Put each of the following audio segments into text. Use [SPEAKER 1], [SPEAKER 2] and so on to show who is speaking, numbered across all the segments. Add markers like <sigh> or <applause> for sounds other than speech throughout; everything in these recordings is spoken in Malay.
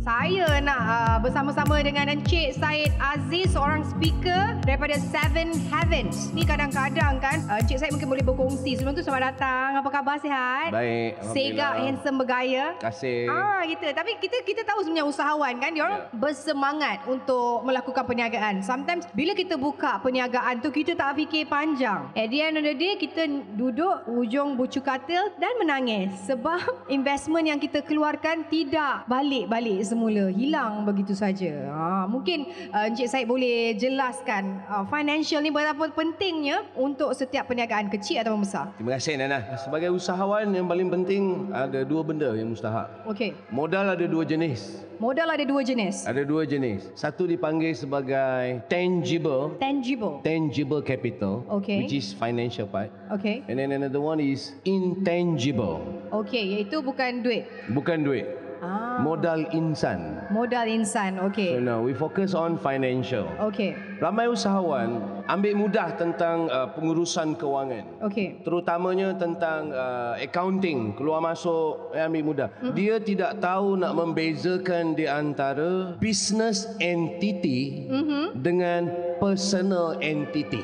[SPEAKER 1] Saya nak uh, bersama-sama dengan Encik Said Aziz, seorang speaker daripada Seven Heavens. Ni kadang-kadang kan, uh, Encik Said mungkin boleh berkongsi. Sebelum tu selamat datang. Apa khabar sihat? Segak,
[SPEAKER 2] Baik, Alhamdulillah.
[SPEAKER 1] handsome, bergaya.
[SPEAKER 2] Terima kasih.
[SPEAKER 1] Ah kita tapi kita kita tahu sebenarnya usahawan kan dia orang
[SPEAKER 2] Eh. Ya.
[SPEAKER 1] bersemangat untuk melakukan perniagaan. Sometimes bila kita buka perniagaan tu kita tak fikir panjang. At the end of the day kita duduk ujung bucu katil dan menangis sebab <laughs> investment yang kita keluarkan tidak balik-balik semula. Hilang begitu saja. Ah mungkin uh, Encik Said boleh jelaskan uh, financial ni berapa pentingnya untuk setiap perniagaan kecil atau besar.
[SPEAKER 2] Terima kasih Nana. Sebagai usahawan yang paling penting ada dua benda yang mustahak.
[SPEAKER 1] Okey.
[SPEAKER 2] Modal ada dua jenis.
[SPEAKER 1] Modal ada dua jenis.
[SPEAKER 2] Ada dua jenis. Satu dipanggil sebagai tangible
[SPEAKER 1] Tangible.
[SPEAKER 2] tangible capital
[SPEAKER 1] Okay.
[SPEAKER 2] which is financial part.
[SPEAKER 1] Okey.
[SPEAKER 2] And then another one is intangible.
[SPEAKER 1] Okey, iaitu bukan duit.
[SPEAKER 2] Bukan duit.
[SPEAKER 1] Ah,
[SPEAKER 2] Modal insan.
[SPEAKER 1] modal insan.
[SPEAKER 2] So
[SPEAKER 1] Okey.
[SPEAKER 2] now we focus on financial.
[SPEAKER 1] Okey.
[SPEAKER 2] Ramai usahawan ambil mudah tentang uh, pengurusan kewangan.
[SPEAKER 1] Okey.
[SPEAKER 2] terutamanya tentang uh, accounting keluar masuk eh, ambil mudah dia tidak tahu nak membezakan di antara business entity
[SPEAKER 1] Mm-hmm.
[SPEAKER 2] dengan personal entity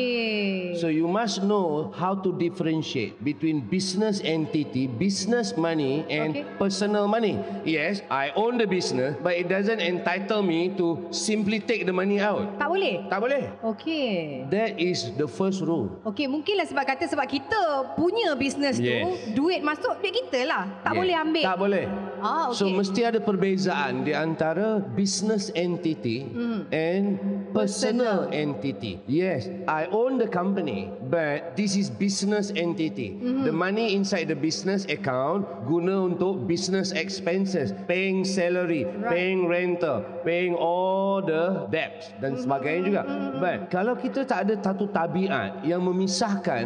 [SPEAKER 1] Okey.
[SPEAKER 2] So you must know how to differentiate between business entity, business money and
[SPEAKER 1] Okay.
[SPEAKER 2] personal money. Yes, I own the business but it doesn't entitle me to simply take the money out.
[SPEAKER 1] tak boleh.
[SPEAKER 2] Tak boleh.
[SPEAKER 1] Okey.
[SPEAKER 2] That is the first rule.
[SPEAKER 1] Okey, mungkinlah sebab kata sebab kita punya bisnes
[SPEAKER 2] Yes.
[SPEAKER 1] tu, duit masuk duit kita lah. Tak
[SPEAKER 2] Yeah.
[SPEAKER 1] boleh ambil.
[SPEAKER 2] Tak boleh.
[SPEAKER 1] Ah,
[SPEAKER 2] So
[SPEAKER 1] okey.
[SPEAKER 2] mesti ada perbezaan di antara business entity and personal, entity. Yes, I own the company, but this is business entity. The money inside the business account guna untuk business expenses, paying salary, paying rental, paying all the debts dan sebagainya juga. But kalau kita tak ada satu tabiat yang memisahkan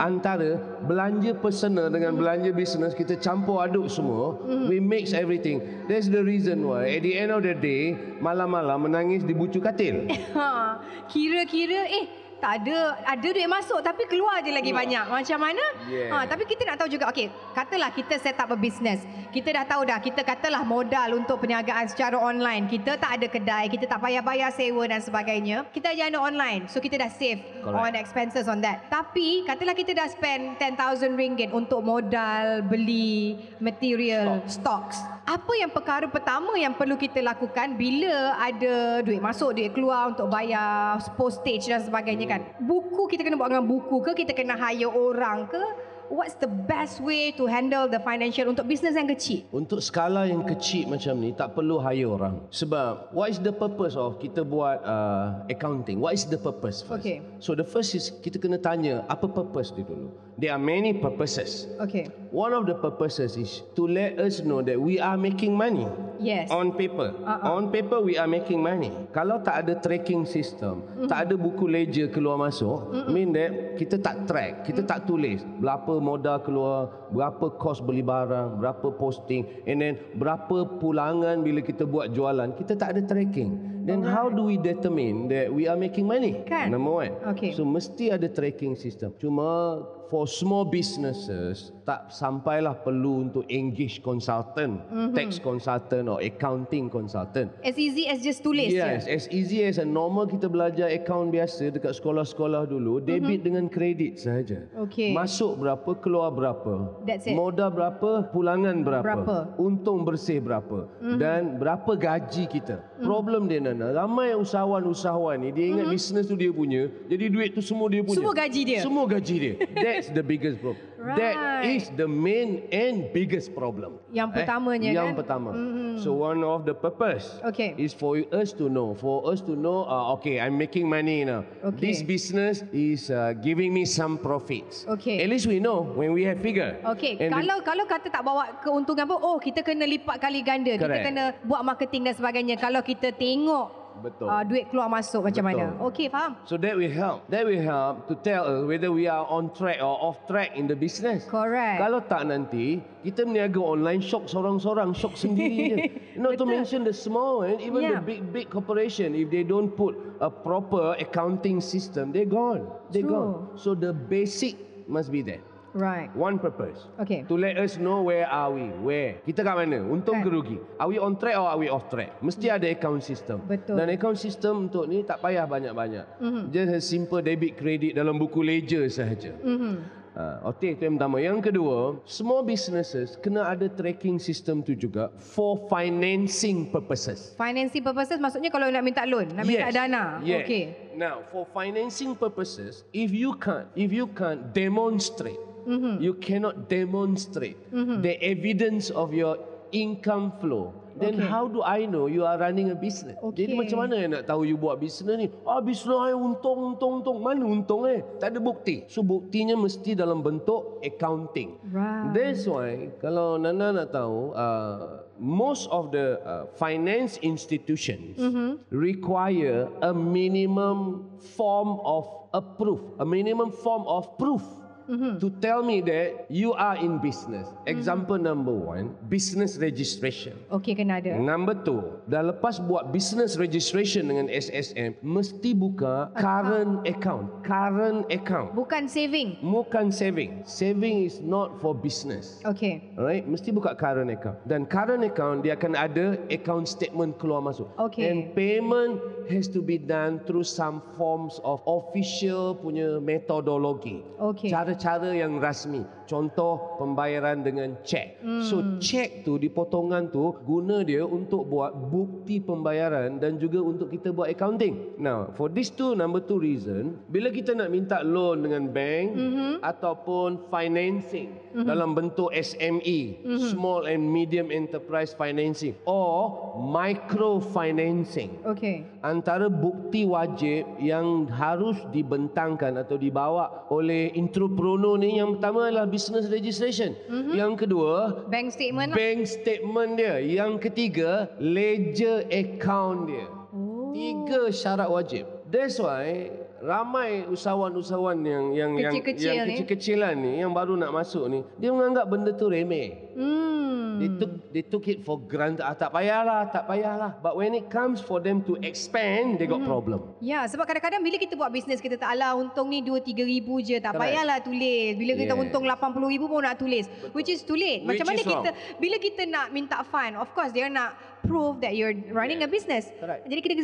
[SPEAKER 2] antara belanja personal dengan belanja bisnes kita campur aduk semua we mix everything that's the reason why at the end of the day malam-malam menangis di bucu katil
[SPEAKER 1] Ha. Kira-kira eh tak ada ada duit masuk tapi keluar je lagi banyak. Macam mana?
[SPEAKER 2] Yeah.
[SPEAKER 1] Ha tapi kita nak tahu juga okey, katalah kita set up a business. Kita dah tahu dah kita katalah modal untuk perniagaan secara online. Kita tak ada kedai, kita tak payah bayar sewa dan sebagainya. Kita je ada online. So kita dah save
[SPEAKER 2] Correct.
[SPEAKER 1] on expenses on that. Tapi katalah kita dah spend 10000 ringgit untuk modal beli material stocks. Apa yang perkara pertama yang perlu kita lakukan bila ada duit masuk, duit keluar untuk bayar postage dan sebagainya kan? Buku kita kena buat dengan buku ke? Kita kena hire orang ke? What's the best way to handle the financial untuk bisnes yang kecil?
[SPEAKER 2] Untuk skala yang kecil macam ni tak perlu hire orang. Sebab what is the purpose of kita buat uh, accounting? What is the purpose first?
[SPEAKER 1] Okay.
[SPEAKER 2] So the first is kita kena tanya apa purpose dia dulu. There are many purposes.
[SPEAKER 1] Okay.
[SPEAKER 2] One of the purposes is to let us know that we are making money.
[SPEAKER 1] Yes.
[SPEAKER 2] On paper.
[SPEAKER 1] Uh-uh.
[SPEAKER 2] On paper we are making money. Kalau tak ada tracking system, tak ada buku ledger keluar masuk, mean that kita tak
[SPEAKER 1] Mm.
[SPEAKER 2] track, kita tak tulis berapa modal keluar, berapa kos beli barang, berapa posting and then berapa pulangan bila kita buat jualan, kita tak ada tracking. Then how do we determine that we are making money?
[SPEAKER 1] Kan.
[SPEAKER 2] Number one.
[SPEAKER 1] Okey.
[SPEAKER 2] So mesti ada tracking system. Cuma for small businesses tak sampailah perlu untuk engage consultant, mm-hmm. tax consultant or accounting consultant.
[SPEAKER 1] As easy as just tulis je.
[SPEAKER 2] Yes, as easy as a normal kita belajar account biasa dekat sekolah-sekolah dulu, debit mm-hmm. dengan kredit saja.
[SPEAKER 1] Okey.
[SPEAKER 2] Masuk berapa, keluar berapa.
[SPEAKER 1] That's it.
[SPEAKER 2] Modal berapa, pulangan berapa.
[SPEAKER 1] Berapa.
[SPEAKER 2] Untung bersih berapa. Mm-hmm. Dan berapa gaji kita. Mm. Problem dia Nana, ramai usahawan-usahawan ni dia ingat mm-hmm. bisnes tu dia punya, jadi duit tu semua dia punya.
[SPEAKER 1] Semua gaji dia.
[SPEAKER 2] Semua gaji
[SPEAKER 1] <laughs>
[SPEAKER 2] dia. That's the biggest problem. That
[SPEAKER 1] Right.
[SPEAKER 2] is the main and biggest problem. Eh,
[SPEAKER 1] Yang pertamanya,
[SPEAKER 2] Yang
[SPEAKER 1] kan?
[SPEAKER 2] pertama. So one of the purpose
[SPEAKER 1] Okay.
[SPEAKER 2] is for us to know, for us to know, uh, okay, I'm making money now.
[SPEAKER 1] Okay.
[SPEAKER 2] This business is uh, giving me some profits.
[SPEAKER 1] Okay.
[SPEAKER 2] At least we know when we have figure.
[SPEAKER 1] Okey,
[SPEAKER 2] And
[SPEAKER 1] kalau kalau kata tak bawa keuntungan pun oh kita kena lipat kali ganda. Kita
[SPEAKER 2] Correct.
[SPEAKER 1] kena buat marketing dan sebagainya. Kalau kita tengok
[SPEAKER 2] Betul.
[SPEAKER 1] Uh, duit keluar masuk macam
[SPEAKER 2] Betul.
[SPEAKER 1] mana. Okey, faham?
[SPEAKER 2] So that will help. That will help to tell us whether we are on track or off track in the business.
[SPEAKER 1] Correct.
[SPEAKER 2] Kalau tak nanti kita meniaga online shop seorang-seorang, shop sendiri
[SPEAKER 1] <laughs>
[SPEAKER 2] je. Not to mention the small and even
[SPEAKER 1] Yeah.
[SPEAKER 2] the big big corporation if they don't put a proper accounting system, they gone. They
[SPEAKER 1] True.
[SPEAKER 2] gone. So the basic must be there.
[SPEAKER 1] Right.
[SPEAKER 2] One purpose.
[SPEAKER 1] Okay.
[SPEAKER 2] To let us know where are we, where. Kita kat mana, untung
[SPEAKER 1] Kan. Hmm.
[SPEAKER 2] ke rugi. Are we on track or are we off track? Mesti ada account system.
[SPEAKER 1] Betul. Hmm.
[SPEAKER 2] Dan account system untuk ni tak payah banyak-banyak. Mm-hmm. Just a simple debit credit dalam buku ledger sahaja.
[SPEAKER 1] Mhm.
[SPEAKER 2] Ha, okay, itu yang pertama. Yang kedua, small businesses kena ada tracking system tu juga for financing purposes.
[SPEAKER 1] Financing purposes maksudnya kalau nak minta loan, nak minta dana.
[SPEAKER 2] Yes.
[SPEAKER 1] Okey.
[SPEAKER 2] Now, for financing purposes, if you can't, if you can't demonstrate,
[SPEAKER 1] Mm-hmm.
[SPEAKER 2] you cannot demonstrate the evidence of your income flow. Then
[SPEAKER 1] Okay.
[SPEAKER 2] how do I know you are running a business?
[SPEAKER 1] Okay.
[SPEAKER 2] Jadi macam mana I nak tahu you buat business ni? Ah business I untung untung untung. Mana untung eh? Tak ada bukti. So buktinya mesti dalam bentuk accounting.
[SPEAKER 1] Right.
[SPEAKER 2] That's why kalau Nana nak tahu, uh, most of the uh, finance institutions require a minimum form of a proof, a minimum form of proof. To tell me that you are in business. Example number one, business registration.
[SPEAKER 1] Okey kena ada.
[SPEAKER 2] Number two, dah lepas buat business registration dengan SSM, mesti buka current account. Current account.
[SPEAKER 1] Bukan saving.
[SPEAKER 2] Bukan saving. Saving is not for business.
[SPEAKER 1] Okey.
[SPEAKER 2] Alright, mesti buka current account. Dan current account dia akan ada account statement keluar masuk.
[SPEAKER 1] Okay.
[SPEAKER 2] And payment has to be done through some forms of official punya methodology.
[SPEAKER 1] Okay.
[SPEAKER 2] Cara-cara yang rasmi. Contoh pembayaran dengan cek. So cek tu di potongan tu guna dia untuk buat bukti pembayaran dan juga untuk kita buat accounting. Now, for these two number two reason, bila kita nak minta loan dengan bank ataupun financing dalam bentuk SME, small and medium enterprise financing or micro financing
[SPEAKER 1] Okey.
[SPEAKER 2] antara bukti wajib yang harus dibentangkan atau dibawa oleh entrepreneur ni yang pertama adalah business registration.
[SPEAKER 1] Mhm.
[SPEAKER 2] Mm-hmm. Yang kedua
[SPEAKER 1] Bank statement lah.
[SPEAKER 2] bank statement dia. Yang ketiga ledger account dia.
[SPEAKER 1] Oh.
[SPEAKER 2] Tiga syarat wajib. That's why ramai usahawan-usahawan yang yang yang,
[SPEAKER 1] Kecil-kecil
[SPEAKER 2] yang
[SPEAKER 1] ni.
[SPEAKER 2] kecil-kecilan ni yang baru nak masuk ni, dia menganggap benda tu remeh.
[SPEAKER 1] Hmm.
[SPEAKER 2] They took they took it for granted. Ah, tak payahlah, tak payahlah. But when it comes for them to expand, they got problem.
[SPEAKER 1] Ya, sebab kadang-kadang bila kita buat bisnes kita tak alah untung ni 2 3 ribu je, tak
[SPEAKER 2] Correct.
[SPEAKER 1] payahlah tulis. Bila kita
[SPEAKER 2] Yes.
[SPEAKER 1] untung 80 ribu pun nak tulis, which is too late. Macam mana
[SPEAKER 2] Which is
[SPEAKER 1] kita bila kita nak minta fund, of course dia nak prove that you're running a business.
[SPEAKER 2] Correct.
[SPEAKER 1] Jadi kita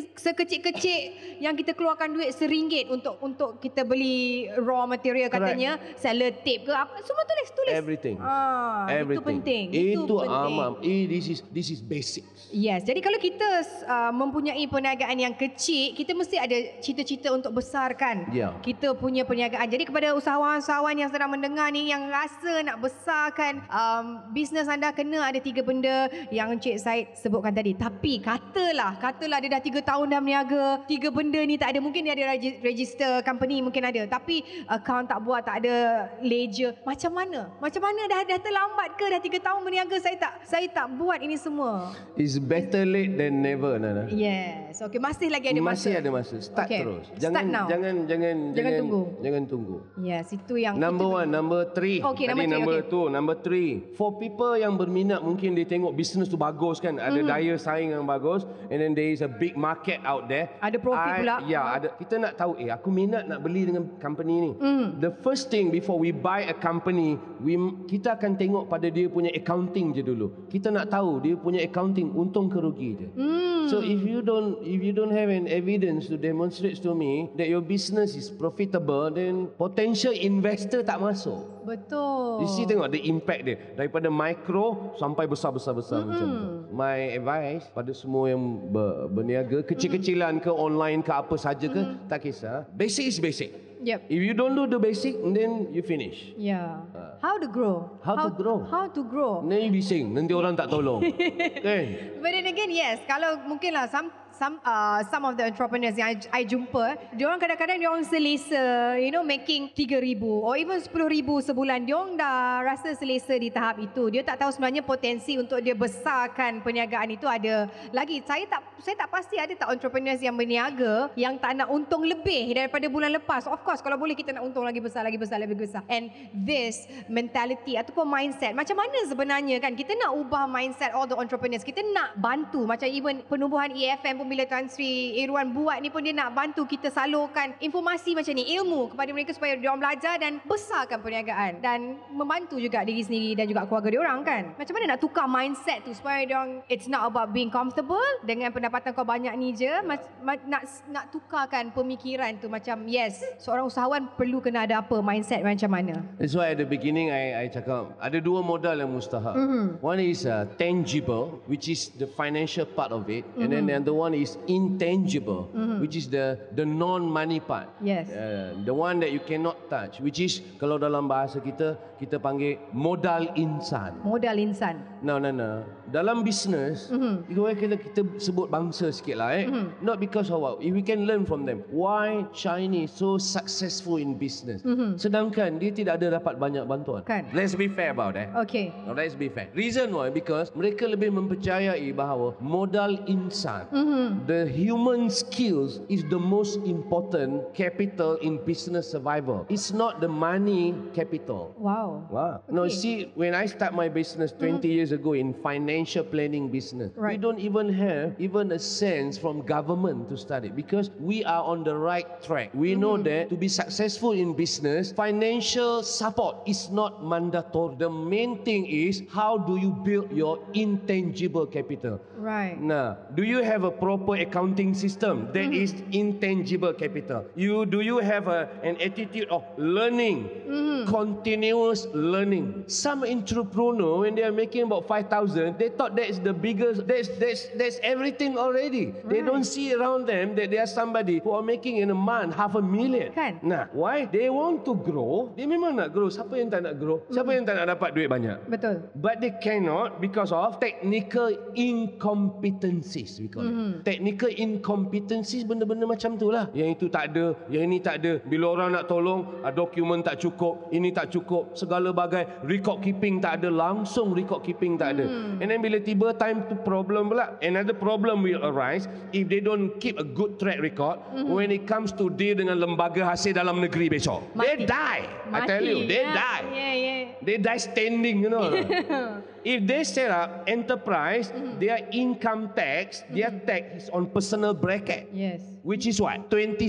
[SPEAKER 1] sekecil-kecil yang kita keluarkan duit seringgit untuk untuk kita beli raw material
[SPEAKER 2] Correct.
[SPEAKER 1] katanya, seller tape ke apa, semua tulis tulis.
[SPEAKER 2] Everything.
[SPEAKER 1] Ah,
[SPEAKER 2] Everything.
[SPEAKER 1] itu penting.
[SPEAKER 2] Itu,
[SPEAKER 1] penting.
[SPEAKER 2] amam. Eh, this is this is basics.
[SPEAKER 1] Yes, jadi kalau kita uh, mempunyai perniagaan yang kecil, kita mesti ada cita-cita untuk besarkan
[SPEAKER 2] Ya.
[SPEAKER 1] kita punya perniagaan. Jadi kepada usahawan-usahawan yang sedang mendengar ni yang rasa nak besarkan um, bisnes anda kena ada tiga benda yang Encik Said sebutkan tadi. Tapi katalah, katalah dia dah tiga tahun dah berniaga, tiga benda ni tak ada. Mungkin dia ada regi- register company mungkin ada. Tapi account tak buat, tak ada ledger. Macam mana? Macam mana dah dah terlambat ke dah tiga tahun berniaga saya tak saya tak buat ini semua?
[SPEAKER 2] It's better late than never, Nana.
[SPEAKER 1] Yes. Okey, masih lagi ada masa.
[SPEAKER 2] Masih ada masa. Start
[SPEAKER 1] Okay.
[SPEAKER 2] terus.
[SPEAKER 1] Start
[SPEAKER 2] Jangan
[SPEAKER 1] now.
[SPEAKER 2] jangan jangan
[SPEAKER 1] Jangan tunggu.
[SPEAKER 2] Jangan tunggu.
[SPEAKER 1] Yes, itu yang
[SPEAKER 2] Number
[SPEAKER 1] itu,
[SPEAKER 2] one, number three.
[SPEAKER 1] Okay, number
[SPEAKER 2] Tadi
[SPEAKER 1] three,
[SPEAKER 2] number two, number three. For people yang berminat, mungkin dia tengok bisnes tu bagus kan. Ada
[SPEAKER 1] Mm-hmm.
[SPEAKER 2] daya saing yang bagus. And then there is a big market out there.
[SPEAKER 1] Ada profit pula.
[SPEAKER 2] Ya, ada. Kita nak tahu, eh aku minat nak beli dengan company ni.
[SPEAKER 1] Mm.
[SPEAKER 2] The first thing before we buy a company, we kita akan tengok pada dia punya accounting je dulu. Kita nak tahu dia punya accounting untung ke rugi je.
[SPEAKER 1] Hmm,
[SPEAKER 2] So if you don't if you don't have an evidence to demonstrate to me that your business is profitable, then potential investor tak masuk.
[SPEAKER 1] Betul.
[SPEAKER 2] You see tengok the impact dia daripada micro sampai besar-besar-besar mm-hmm. macam tu. My advice pada semua yang ber, berniaga kecil-kecilan ke online ke apa saja ke mm-hmm. tak kisah. Basic is basic.
[SPEAKER 1] Yep.
[SPEAKER 2] If you don't do the basic then you finish.
[SPEAKER 1] Yeah. How to grow?
[SPEAKER 2] Uh. How to grow?
[SPEAKER 1] How to grow?
[SPEAKER 2] Then you bising nanti orang tak <laughs> tolong. kan?
[SPEAKER 1] But then again, yes. Kalau mungkinlah some some uh, some of the entrepreneurs yang I, I jumpa, dia orang kadang-kadang dia orang selesa, you know, making 3000 or even 10000 sebulan. Dia orang dah rasa selesa di tahap itu. Dia tak tahu sebenarnya potensi untuk dia besarkan perniagaan itu ada lagi. Saya tak saya tak pasti ada tak entrepreneurs yang berniaga yang tak nak untung lebih daripada bulan lepas. Of course, kalau boleh kita nak untung lagi besar, lagi besar, lagi besar. And this mentality ataupun mindset. Macam mana sebenarnya kan kita nak ubah mindset all the entrepreneurs. Kita nak bantu macam even penubuhan EFM pun bila Tan Sri Irwan buat ni pun dia nak bantu kita salurkan informasi macam ni, ilmu kepada mereka supaya dia orang belajar dan besarkan perniagaan dan membantu juga diri sendiri dan juga keluarga dia orang kan. Macam mana nak tukar mindset tu supaya dia orang it's not about being comfortable dengan pendapatan kau banyak ni je, mas, ma, nak nak tukarkan pemikiran tu macam yes, seorang usahawan perlu kena ada apa mindset macam mana.
[SPEAKER 2] That's why at the beginning I I cakap ada dua modal yang mustahak. Mm-hmm. One is uh, tangible which is the financial part of it mm-hmm. and then the other one is intangible mm-hmm. which is the the non money part.
[SPEAKER 1] Yes.
[SPEAKER 2] Uh, the one that you cannot touch which is kalau dalam bahasa kita kita panggil modal insan.
[SPEAKER 1] Modal insan.
[SPEAKER 2] No no no. Dalam business mm-hmm. kalau kita kita sebut bangsa sikit lah eh. Mm-hmm. Not because of what if we can learn from them. Why Chinese so successful in business? Mm-hmm. Sedangkan dia tidak ada dapat banyak bantuan.
[SPEAKER 1] Kan.
[SPEAKER 2] Let's be fair about that.
[SPEAKER 1] Okay.
[SPEAKER 2] Now let's be fair. Reason why because mereka lebih mempercayai bahawa modal insan, mm-hmm. the human skills is the most important capital in business survival. It's not the money capital.
[SPEAKER 1] Wow.
[SPEAKER 2] Wow.
[SPEAKER 1] Okay.
[SPEAKER 2] No,
[SPEAKER 1] Mm-hmm.
[SPEAKER 2] see, when I start my business 20 years ago in financial planning business, we
[SPEAKER 1] Right.
[SPEAKER 2] don't even have even a sense from government to start it because we are on the right track. We know
[SPEAKER 1] Mm-hmm.
[SPEAKER 2] that to be successful in business, financial support is not mandatory. The main thing is how do you build your intangible capital?
[SPEAKER 1] Right. Mm-hmm.
[SPEAKER 2] Nah, do you have a proper accounting system that is intangible capital? You do you have a, an attitude of learning,
[SPEAKER 1] Mm-hmm.
[SPEAKER 2] continuous learning? Some entrepreneur when they are making about five thousand, they thought that's the biggest. That's that's that's everything already. They don't see around them that there are somebody who are making in a month half a million.
[SPEAKER 1] Kan.
[SPEAKER 2] Nah, why they want to grow? They memang nak grow. Siapa yang tak nak grow?
[SPEAKER 1] Mm-hmm.
[SPEAKER 2] Siapa yang tak nak dapat duit banyak?
[SPEAKER 1] Betul.
[SPEAKER 2] But they cannot because of technical incompetencies we call mm-hmm. it. Technical incompetencies benda-benda macam tu lah. Yang itu tak ada, yang ini tak ada. Bila orang nak tolong, ah, dokumen tak cukup, ini tak cukup, segala bagai. Record keeping tak ada, langsung record keeping tak ada. Mm-hmm. And then bila tiba time tu problem pula. Another problem will arise if they don't keep a good track record mm-hmm. when it comes to deal dengan lembaga hasil dalam negeri besok. They
[SPEAKER 1] Mati.
[SPEAKER 2] die. I tell you, they
[SPEAKER 1] ya.
[SPEAKER 2] die.
[SPEAKER 1] Yeah, yeah.
[SPEAKER 2] They die standing, you know. <laughs> If they set up enterprise,
[SPEAKER 1] Mm-hmm.
[SPEAKER 2] their income tax, their tax is on personal bracket,
[SPEAKER 1] Yes.
[SPEAKER 2] which is what? 26%,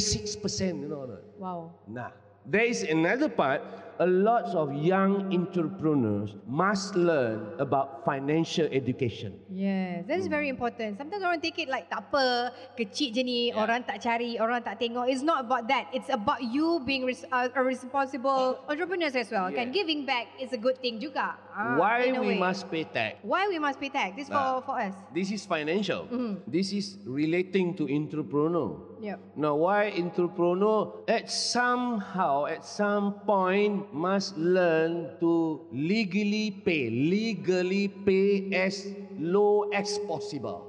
[SPEAKER 2] you know. or not?
[SPEAKER 1] Wow.
[SPEAKER 2] Nah, there is another part. A lot of young entrepreneurs must learn about financial education.
[SPEAKER 1] Yes, that is very important. Sometimes orang take it like tak apa, kecil je ni, yeah. orang tak cari, orang tak tengok. It's not about that. It's about you being res- uh, a responsible entrepreneurs as well. Yeah. Kan
[SPEAKER 2] Yeah.
[SPEAKER 1] giving back is a good thing juga. Ah,
[SPEAKER 2] Why
[SPEAKER 1] in a
[SPEAKER 2] we
[SPEAKER 1] way.
[SPEAKER 2] must pay tax?
[SPEAKER 1] Why we must pay tax? This for
[SPEAKER 2] Ah.
[SPEAKER 1] for us.
[SPEAKER 2] This is financial.
[SPEAKER 1] Mm-hmm.
[SPEAKER 2] This is relating to entrepreneur.
[SPEAKER 1] Yep.
[SPEAKER 2] Now, why entrepreneur at somehow, at some point, must learn to legally pay, legally pay as low as possible.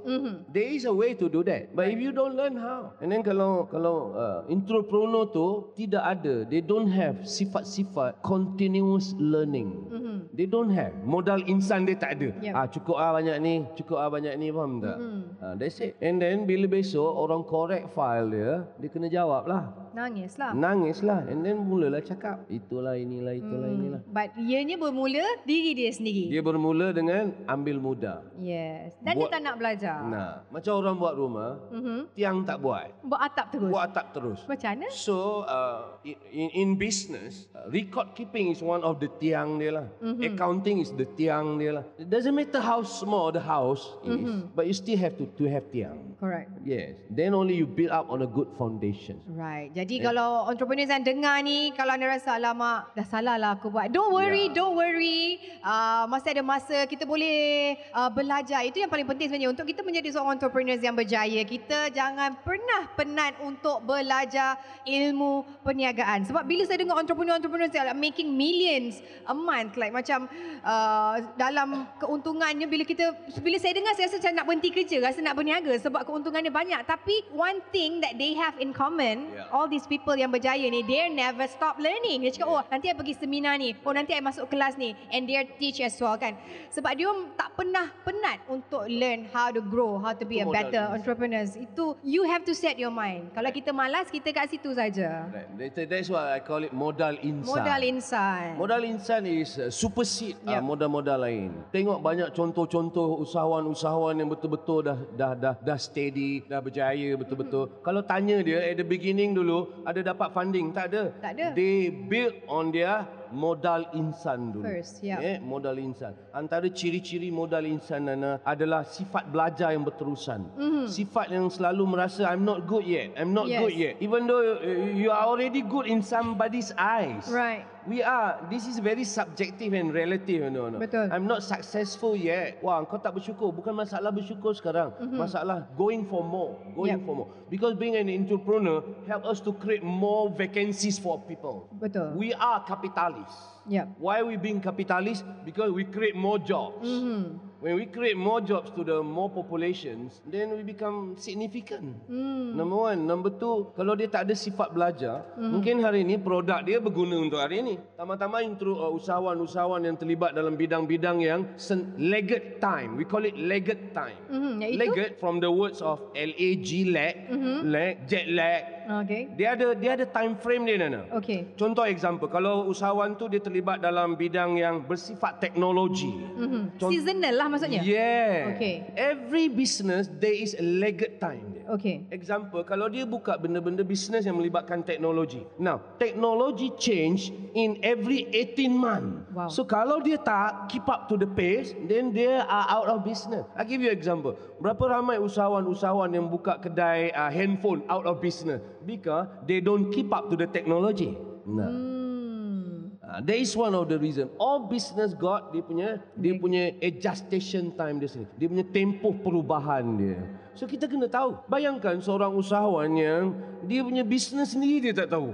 [SPEAKER 2] There is a way to do that, but if you don't learn how, and then kalau kalau uh, entrepreneur tu tidak ada, they don't have sifat-sifat continuous learning. They don't have modal insan dia tak ada.
[SPEAKER 1] Yep.
[SPEAKER 2] Ah cukup ah banyak ni, cukup ah banyak ni faham tak? Mm-hmm. Ah that's it. And then bila besok orang correct file dia, dia kena jawab lah.
[SPEAKER 1] Nangis lah.
[SPEAKER 2] Nangis lah And then mulalah cakap Itulah inilah itulah hmm. inilah
[SPEAKER 1] But ianya bermula diri dia sendiri.
[SPEAKER 2] Dia bermula dengan Ambil muda
[SPEAKER 1] Yes. Dan dia
[SPEAKER 2] Buat-
[SPEAKER 1] tak nak belajar.
[SPEAKER 2] Nah Macam orang buat rumah
[SPEAKER 1] Mhm.
[SPEAKER 2] Tiang tak buat
[SPEAKER 1] Buat atap terus.
[SPEAKER 2] Buat atap terus
[SPEAKER 1] Macam mana?
[SPEAKER 2] So uh, in, in in business, uh, record keeping is one of the tiang dia lah. Mm-hmm. Accounting is the tiang dia lah. It doesn't matter how small the house is, mm-hmm. but you still have to to have tiang.
[SPEAKER 1] Correct.
[SPEAKER 2] Yes. Then only you build up on a good foundation.
[SPEAKER 1] Right. Jadi
[SPEAKER 2] Eh.
[SPEAKER 1] yeah. kalau entrepreneurs yang dengar ni, kalau anda rasa alamak, dah salah lah aku buat. Don't worry, yeah.
[SPEAKER 2] Ya.
[SPEAKER 1] don't worry. Uh, masih ada masa kita boleh uh, belajar. Itu yang paling penting sebenarnya untuk kita menjadi seorang entrepreneurs yang berjaya. Kita jangan pernah penat untuk belajar ilmu perniagaan. Sebab bila saya dengar entrepreneur-entrepreneurs yang like making millions a month like macam uh, dalam keuntungannya bila kita bila saya dengar saya rasa macam nak berhenti kerja, rasa nak berniaga sebab keuntungannya banyak. Tapi one thing that they have in common
[SPEAKER 2] Ya.
[SPEAKER 1] all these people yang berjaya ni, they never stop learning. Dia cakap, oh nanti saya pergi seminar ni. Oh nanti saya masuk kelas ni. And they teach as well kan. Sebab dia orang tak pernah penat untuk learn how to grow, how to be
[SPEAKER 2] Itu
[SPEAKER 1] a
[SPEAKER 2] modal
[SPEAKER 1] better
[SPEAKER 2] dia.
[SPEAKER 1] entrepreneurs. Itu you have to set your mind. Kalau kita malas, kita kat situ saja.
[SPEAKER 2] Right. That- That's why I call it modal insan.
[SPEAKER 1] Modal insan.
[SPEAKER 2] Modal insan is uh, supersede
[SPEAKER 1] Yep.
[SPEAKER 2] uh, modal-modal lain. Tengok banyak contoh-contoh usahawan-usahawan yang betul-betul dah dah dah dah steady, dah berjaya betul-betul.
[SPEAKER 1] Hmm.
[SPEAKER 2] Kalau tanya dia at the beginning dulu ada dapat funding, tak ada.
[SPEAKER 1] Tak ada.
[SPEAKER 2] They build on their modal insan dulu.
[SPEAKER 1] First, yep.
[SPEAKER 2] Eh, modal insan. Antara ciri-ciri modal insan Nana adalah sifat belajar yang berterusan. Sifat yang selalu merasa I'm not good yet. I'm not
[SPEAKER 1] Hmm. Yes.
[SPEAKER 2] good yet. Even though uh, you are already good in somebody's eyes.
[SPEAKER 1] Right.
[SPEAKER 2] We are. This is very subjective and relative, you know. no?
[SPEAKER 1] Betul.
[SPEAKER 2] I'm not successful yet. Wah, kau tak bersyukur. Bukan masalah bersyukur sekarang. Mm-hmm. Masalah going for more, going
[SPEAKER 1] Yep.
[SPEAKER 2] for more. Because being an entrepreneur help us to create more vacancies for people.
[SPEAKER 1] Betul.
[SPEAKER 2] We are capitalists.
[SPEAKER 1] Yep.
[SPEAKER 2] Why we being capitalist? Because we create more jobs.
[SPEAKER 1] Hmm.
[SPEAKER 2] When we create more jobs to the more populations, then we become significant.
[SPEAKER 1] Mm-hmm.
[SPEAKER 2] Mm. Number one. Number two, kalau dia tak ada sifat belajar, mm.
[SPEAKER 1] Hmm.
[SPEAKER 2] mungkin hari ini produk dia berguna untuk hari ini. Tambah-tambah intro uh, usahawan-usahawan yang terlibat dalam bidang-bidang yang sen- lagged time. We call it lagged time.
[SPEAKER 1] Mhm, iaitu?
[SPEAKER 2] Lagged from the words of L-A-G, lag, mm-hmm. lag, jet lag.
[SPEAKER 1] Okay.
[SPEAKER 2] Dia ada dia ada time frame dia, Nana.
[SPEAKER 1] Okay.
[SPEAKER 2] Contoh example, kalau usahawan tu dia terlibat dalam bidang yang bersifat teknologi.
[SPEAKER 1] Hmm.
[SPEAKER 2] Contoh-
[SPEAKER 1] Seasonal lah maksudnya.
[SPEAKER 2] Yeah.
[SPEAKER 1] Okay.
[SPEAKER 2] Every business there is a lagged time. There.
[SPEAKER 1] Okay.
[SPEAKER 2] Example, kalau dia buka benda-benda business yang melibatkan teknologi. Now, technology change in every 18 month.
[SPEAKER 1] Wow.
[SPEAKER 2] So kalau dia tak keep up to the pace, then they are out of business. I give you example. Berapa ramai usahawan-usahawan yang buka kedai uh, handphone out of business because they don't keep up to the technology. Nah.
[SPEAKER 1] Hmm.
[SPEAKER 2] Ah, that is one of the reason. All business got dia punya dia punya adjustation time dia sendiri. Dia punya tempoh perubahan dia. So kita kena tahu. Bayangkan seorang usahawan yang dia punya business sendiri dia tak tahu.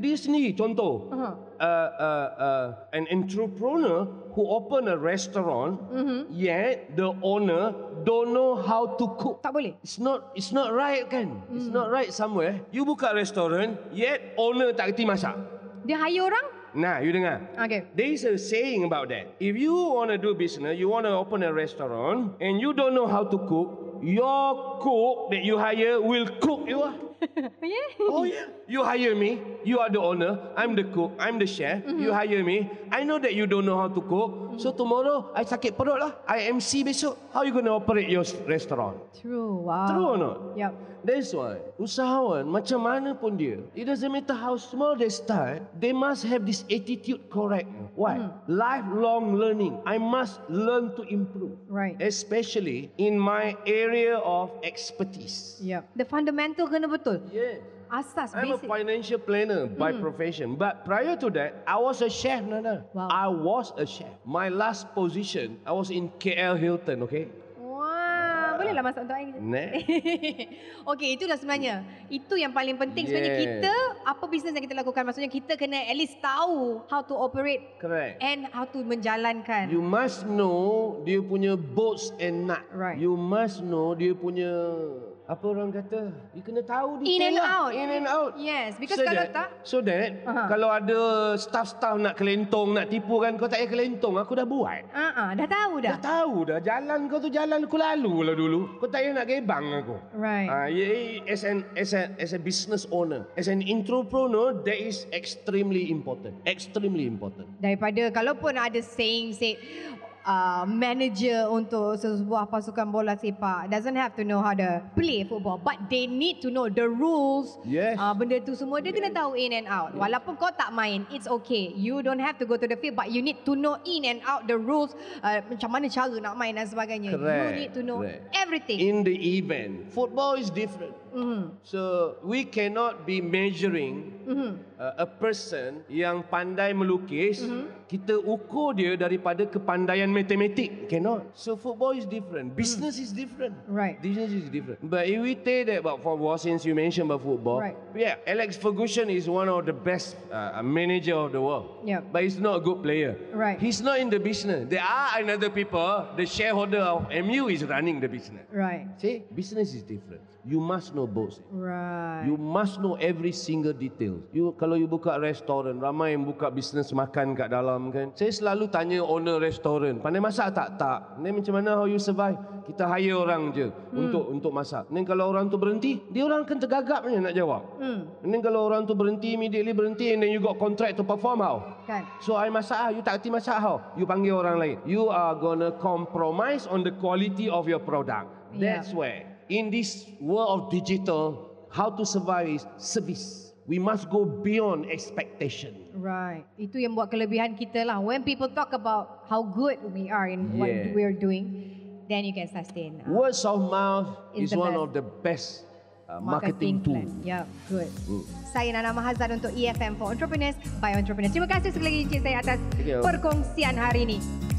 [SPEAKER 2] dia sendiri contoh.
[SPEAKER 1] Aha.
[SPEAKER 2] Uh, uh, uh, an entrepreneur who open a restaurant yet the owner don't know how to cook.
[SPEAKER 1] Tak boleh.
[SPEAKER 2] It's not it's not right kan? It's not right somewhere. You buka restoran yet owner tak kerti masak.
[SPEAKER 1] Dia hire orang?
[SPEAKER 2] Nah, you dengar.
[SPEAKER 1] Okay.
[SPEAKER 2] There is a saying about that. If you want to do business, you want to open a restaurant, and you don't know how to cook, your cook that you hire will cook you. ah.
[SPEAKER 1] yeah.
[SPEAKER 2] Oh <laughs> yeah. You hire me. You are the owner. I'm the cook. I'm the chef. You hire me. I know that you don't know how to cook. So tomorrow I sakit perut lah. I MC besok. How you going to operate your s- restaurant?
[SPEAKER 1] True. Wow.
[SPEAKER 2] True or not?
[SPEAKER 1] Yep.
[SPEAKER 2] That's why usahawan macam mana pun dia, it doesn't matter how small they start, they must have this attitude correct. Why?
[SPEAKER 1] Hmm.
[SPEAKER 2] Lifelong learning. I must learn to improve,
[SPEAKER 1] Right.
[SPEAKER 2] especially in my area of expertise.
[SPEAKER 1] Yep. The fundamental kena betul.
[SPEAKER 2] Yeah.
[SPEAKER 1] Asas
[SPEAKER 2] I'm a
[SPEAKER 1] basic. Hmm.
[SPEAKER 2] financial planner by profession, but prior to that, I was a chef, Nana.
[SPEAKER 1] Wow.
[SPEAKER 2] I was a chef. My last position, I was in KL Hilton,
[SPEAKER 1] <laughs>
[SPEAKER 2] okay?
[SPEAKER 1] Wah, bolehlah masak untuk air. <laughs>
[SPEAKER 2] Ne?
[SPEAKER 1] Okey, itulah sebenarnya. Itu yang paling penting sebenarnya
[SPEAKER 2] Yeah.
[SPEAKER 1] kita apa bisnes yang kita lakukan maksudnya kita kena at least tahu how to operate
[SPEAKER 2] Correct.
[SPEAKER 1] and how to menjalankan.
[SPEAKER 2] You must know dia punya bolts and nut.
[SPEAKER 1] Right.
[SPEAKER 2] You must know dia punya apa orang kata? You kena tahu detail
[SPEAKER 1] In and
[SPEAKER 2] lah.
[SPEAKER 1] out.
[SPEAKER 2] In and out.
[SPEAKER 1] Yes, because kalau
[SPEAKER 2] that,
[SPEAKER 1] tak
[SPEAKER 2] So
[SPEAKER 1] Aha.
[SPEAKER 2] that uh-huh. kalau ada staff-staff nak kelentong, nak tipu kan kau tak payah kelentong, aku dah buat.
[SPEAKER 1] Ah, ah, dah tahu dah.
[SPEAKER 2] Dah tahu dah jalan kau tu jalan aku lalu lah dulu. Kau tak payah nak gebang aku.
[SPEAKER 1] Right.
[SPEAKER 2] Ah, ye- as an as a as a business owner, as an entrepreneur, that is extremely important. Extremely important.
[SPEAKER 1] daripada kalaupun ada saying say uh, manager untuk sebuah pasukan bola sepak doesn't have to know how to play football but they need to know the rules
[SPEAKER 2] Yes.
[SPEAKER 1] uh, benda tu semua dia kena tahu in and out walaupun kau tak main it's okay you don't have to go to the field but you need to know in and out the rules uh, macam mana cara nak main dan sebagainya you
[SPEAKER 2] Correct,
[SPEAKER 1] need to know
[SPEAKER 2] correct.
[SPEAKER 1] everything
[SPEAKER 2] In the event, football is different.
[SPEAKER 1] mm.
[SPEAKER 2] So we cannot be measuring
[SPEAKER 1] Mm-hmm.
[SPEAKER 2] uh, a person yang pandai melukis
[SPEAKER 1] Mm-hmm.
[SPEAKER 2] kita ukur dia daripada kepandaian matematik cannot so football is different business is different
[SPEAKER 1] Mm. Right.
[SPEAKER 2] business is different but if we take that about football since you mentioned about football
[SPEAKER 1] Right.
[SPEAKER 2] yeah Alex Ferguson is one of the best uh, manager of the world
[SPEAKER 1] Yep.
[SPEAKER 2] but he's not a good player
[SPEAKER 1] Right.
[SPEAKER 2] he's not in the business there are another people the shareholder of MU is running the business
[SPEAKER 1] right
[SPEAKER 2] See, business is different. You must know sell books.
[SPEAKER 1] Right.
[SPEAKER 2] You must know every single detail. You kalau you buka restoran, ramai yang buka bisnes makan kat dalam kan. Saya selalu tanya owner restoran, pandai masak tak? Tak. Then macam mana how you survive? Kita hire orang je untuk untuk masak. Then kalau orang tu berhenti, dia orang akan tergagap je nak jawab.
[SPEAKER 1] Hmm.
[SPEAKER 2] And then kalau orang tu berhenti, immediately berhenti and then you got contract to perform how?
[SPEAKER 1] Kan.
[SPEAKER 2] So I masak ah, you tak hati masak how? You panggil orang lain. You are gonna compromise on the quality of your product.
[SPEAKER 1] Yeah.
[SPEAKER 2] That's where in this world of digital, how to survive is service. We must go beyond expectation.
[SPEAKER 1] Right. Itu yang buat kelebihan kita lah. When people talk about how good we are in what
[SPEAKER 2] Yeah.
[SPEAKER 1] we're doing, then you can sustain. Ah,
[SPEAKER 2] Words of mouth
[SPEAKER 1] It's
[SPEAKER 2] is
[SPEAKER 1] the
[SPEAKER 2] one
[SPEAKER 1] best.
[SPEAKER 2] of the best uh, marketing, tool.
[SPEAKER 1] Yeah, good. Saya Nana E Mahazan untuk EFM for Entrepreneurs by Entrepreneurs. Terima kasih sekali lagi Encik saya atas
[SPEAKER 2] Thank you.
[SPEAKER 1] perkongsian hari ini.